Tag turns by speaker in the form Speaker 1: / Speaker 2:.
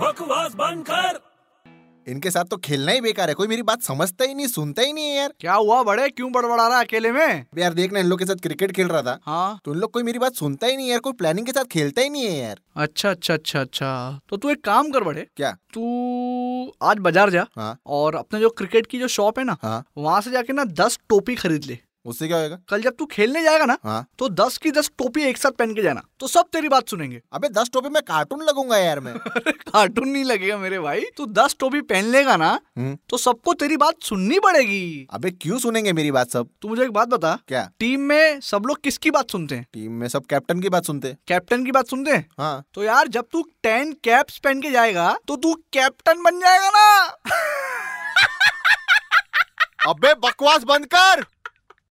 Speaker 1: बकवास बंद कर
Speaker 2: इनके साथ तो खेलना ही बेकार है कोई मेरी बात समझता ही नहीं सुनता ही नहीं है यार
Speaker 3: क्या हुआ बड़े क्यों बड़बड़ा रहा है अकेले में
Speaker 2: अबे यार देखना इन लोग के साथ क्रिकेट खेल रहा था
Speaker 3: हाँ
Speaker 2: तो इन लोग कोई मेरी बात सुनता ही नहीं है यार कोई प्लानिंग के साथ खेलता ही नहीं है यार
Speaker 3: अच्छा अच्छा अच्छा अच्छा तो तू एक काम कर बड़े
Speaker 2: क्या
Speaker 3: तू आज बाजार जा
Speaker 2: हाँ
Speaker 3: और अपने जो क्रिकेट की जो शॉप है ना
Speaker 2: हाँ
Speaker 3: वहाँ से जाके ना दस टोपी खरीद ले
Speaker 2: उससे क्या होएगा
Speaker 3: कल जब तू खेलने जाएगा ना
Speaker 2: हाँ
Speaker 3: तो दस की दस टोपी एक साथ पहन के जाना तो सब तेरी बात सुनेंगे
Speaker 2: अबे दस टोपे में कार्टून लगूंगा यार मैं
Speaker 3: कार्टून नहीं लगेगा मेरे भाई तू दस टोपी पहन लेगा ना
Speaker 2: हम्म,
Speaker 3: तो सबको तेरी बात सुननी पड़ेगी
Speaker 2: अबे क्यों सुनेंगे मेरी बात सब
Speaker 3: तू मुझे एक बात बता
Speaker 2: क्या
Speaker 3: टीम में सब लोग किसकी बात सुनते हैं
Speaker 2: टीम में सब कैप्टन की बात सुनते
Speaker 3: कैप्टन की बात सुनते हैं
Speaker 2: हाँ
Speaker 3: तो यार जब तू टेन कैप्स पहन के जाएगा तो तू कैप्टन बन जाएगा ना
Speaker 2: अबे बकवास बंद कर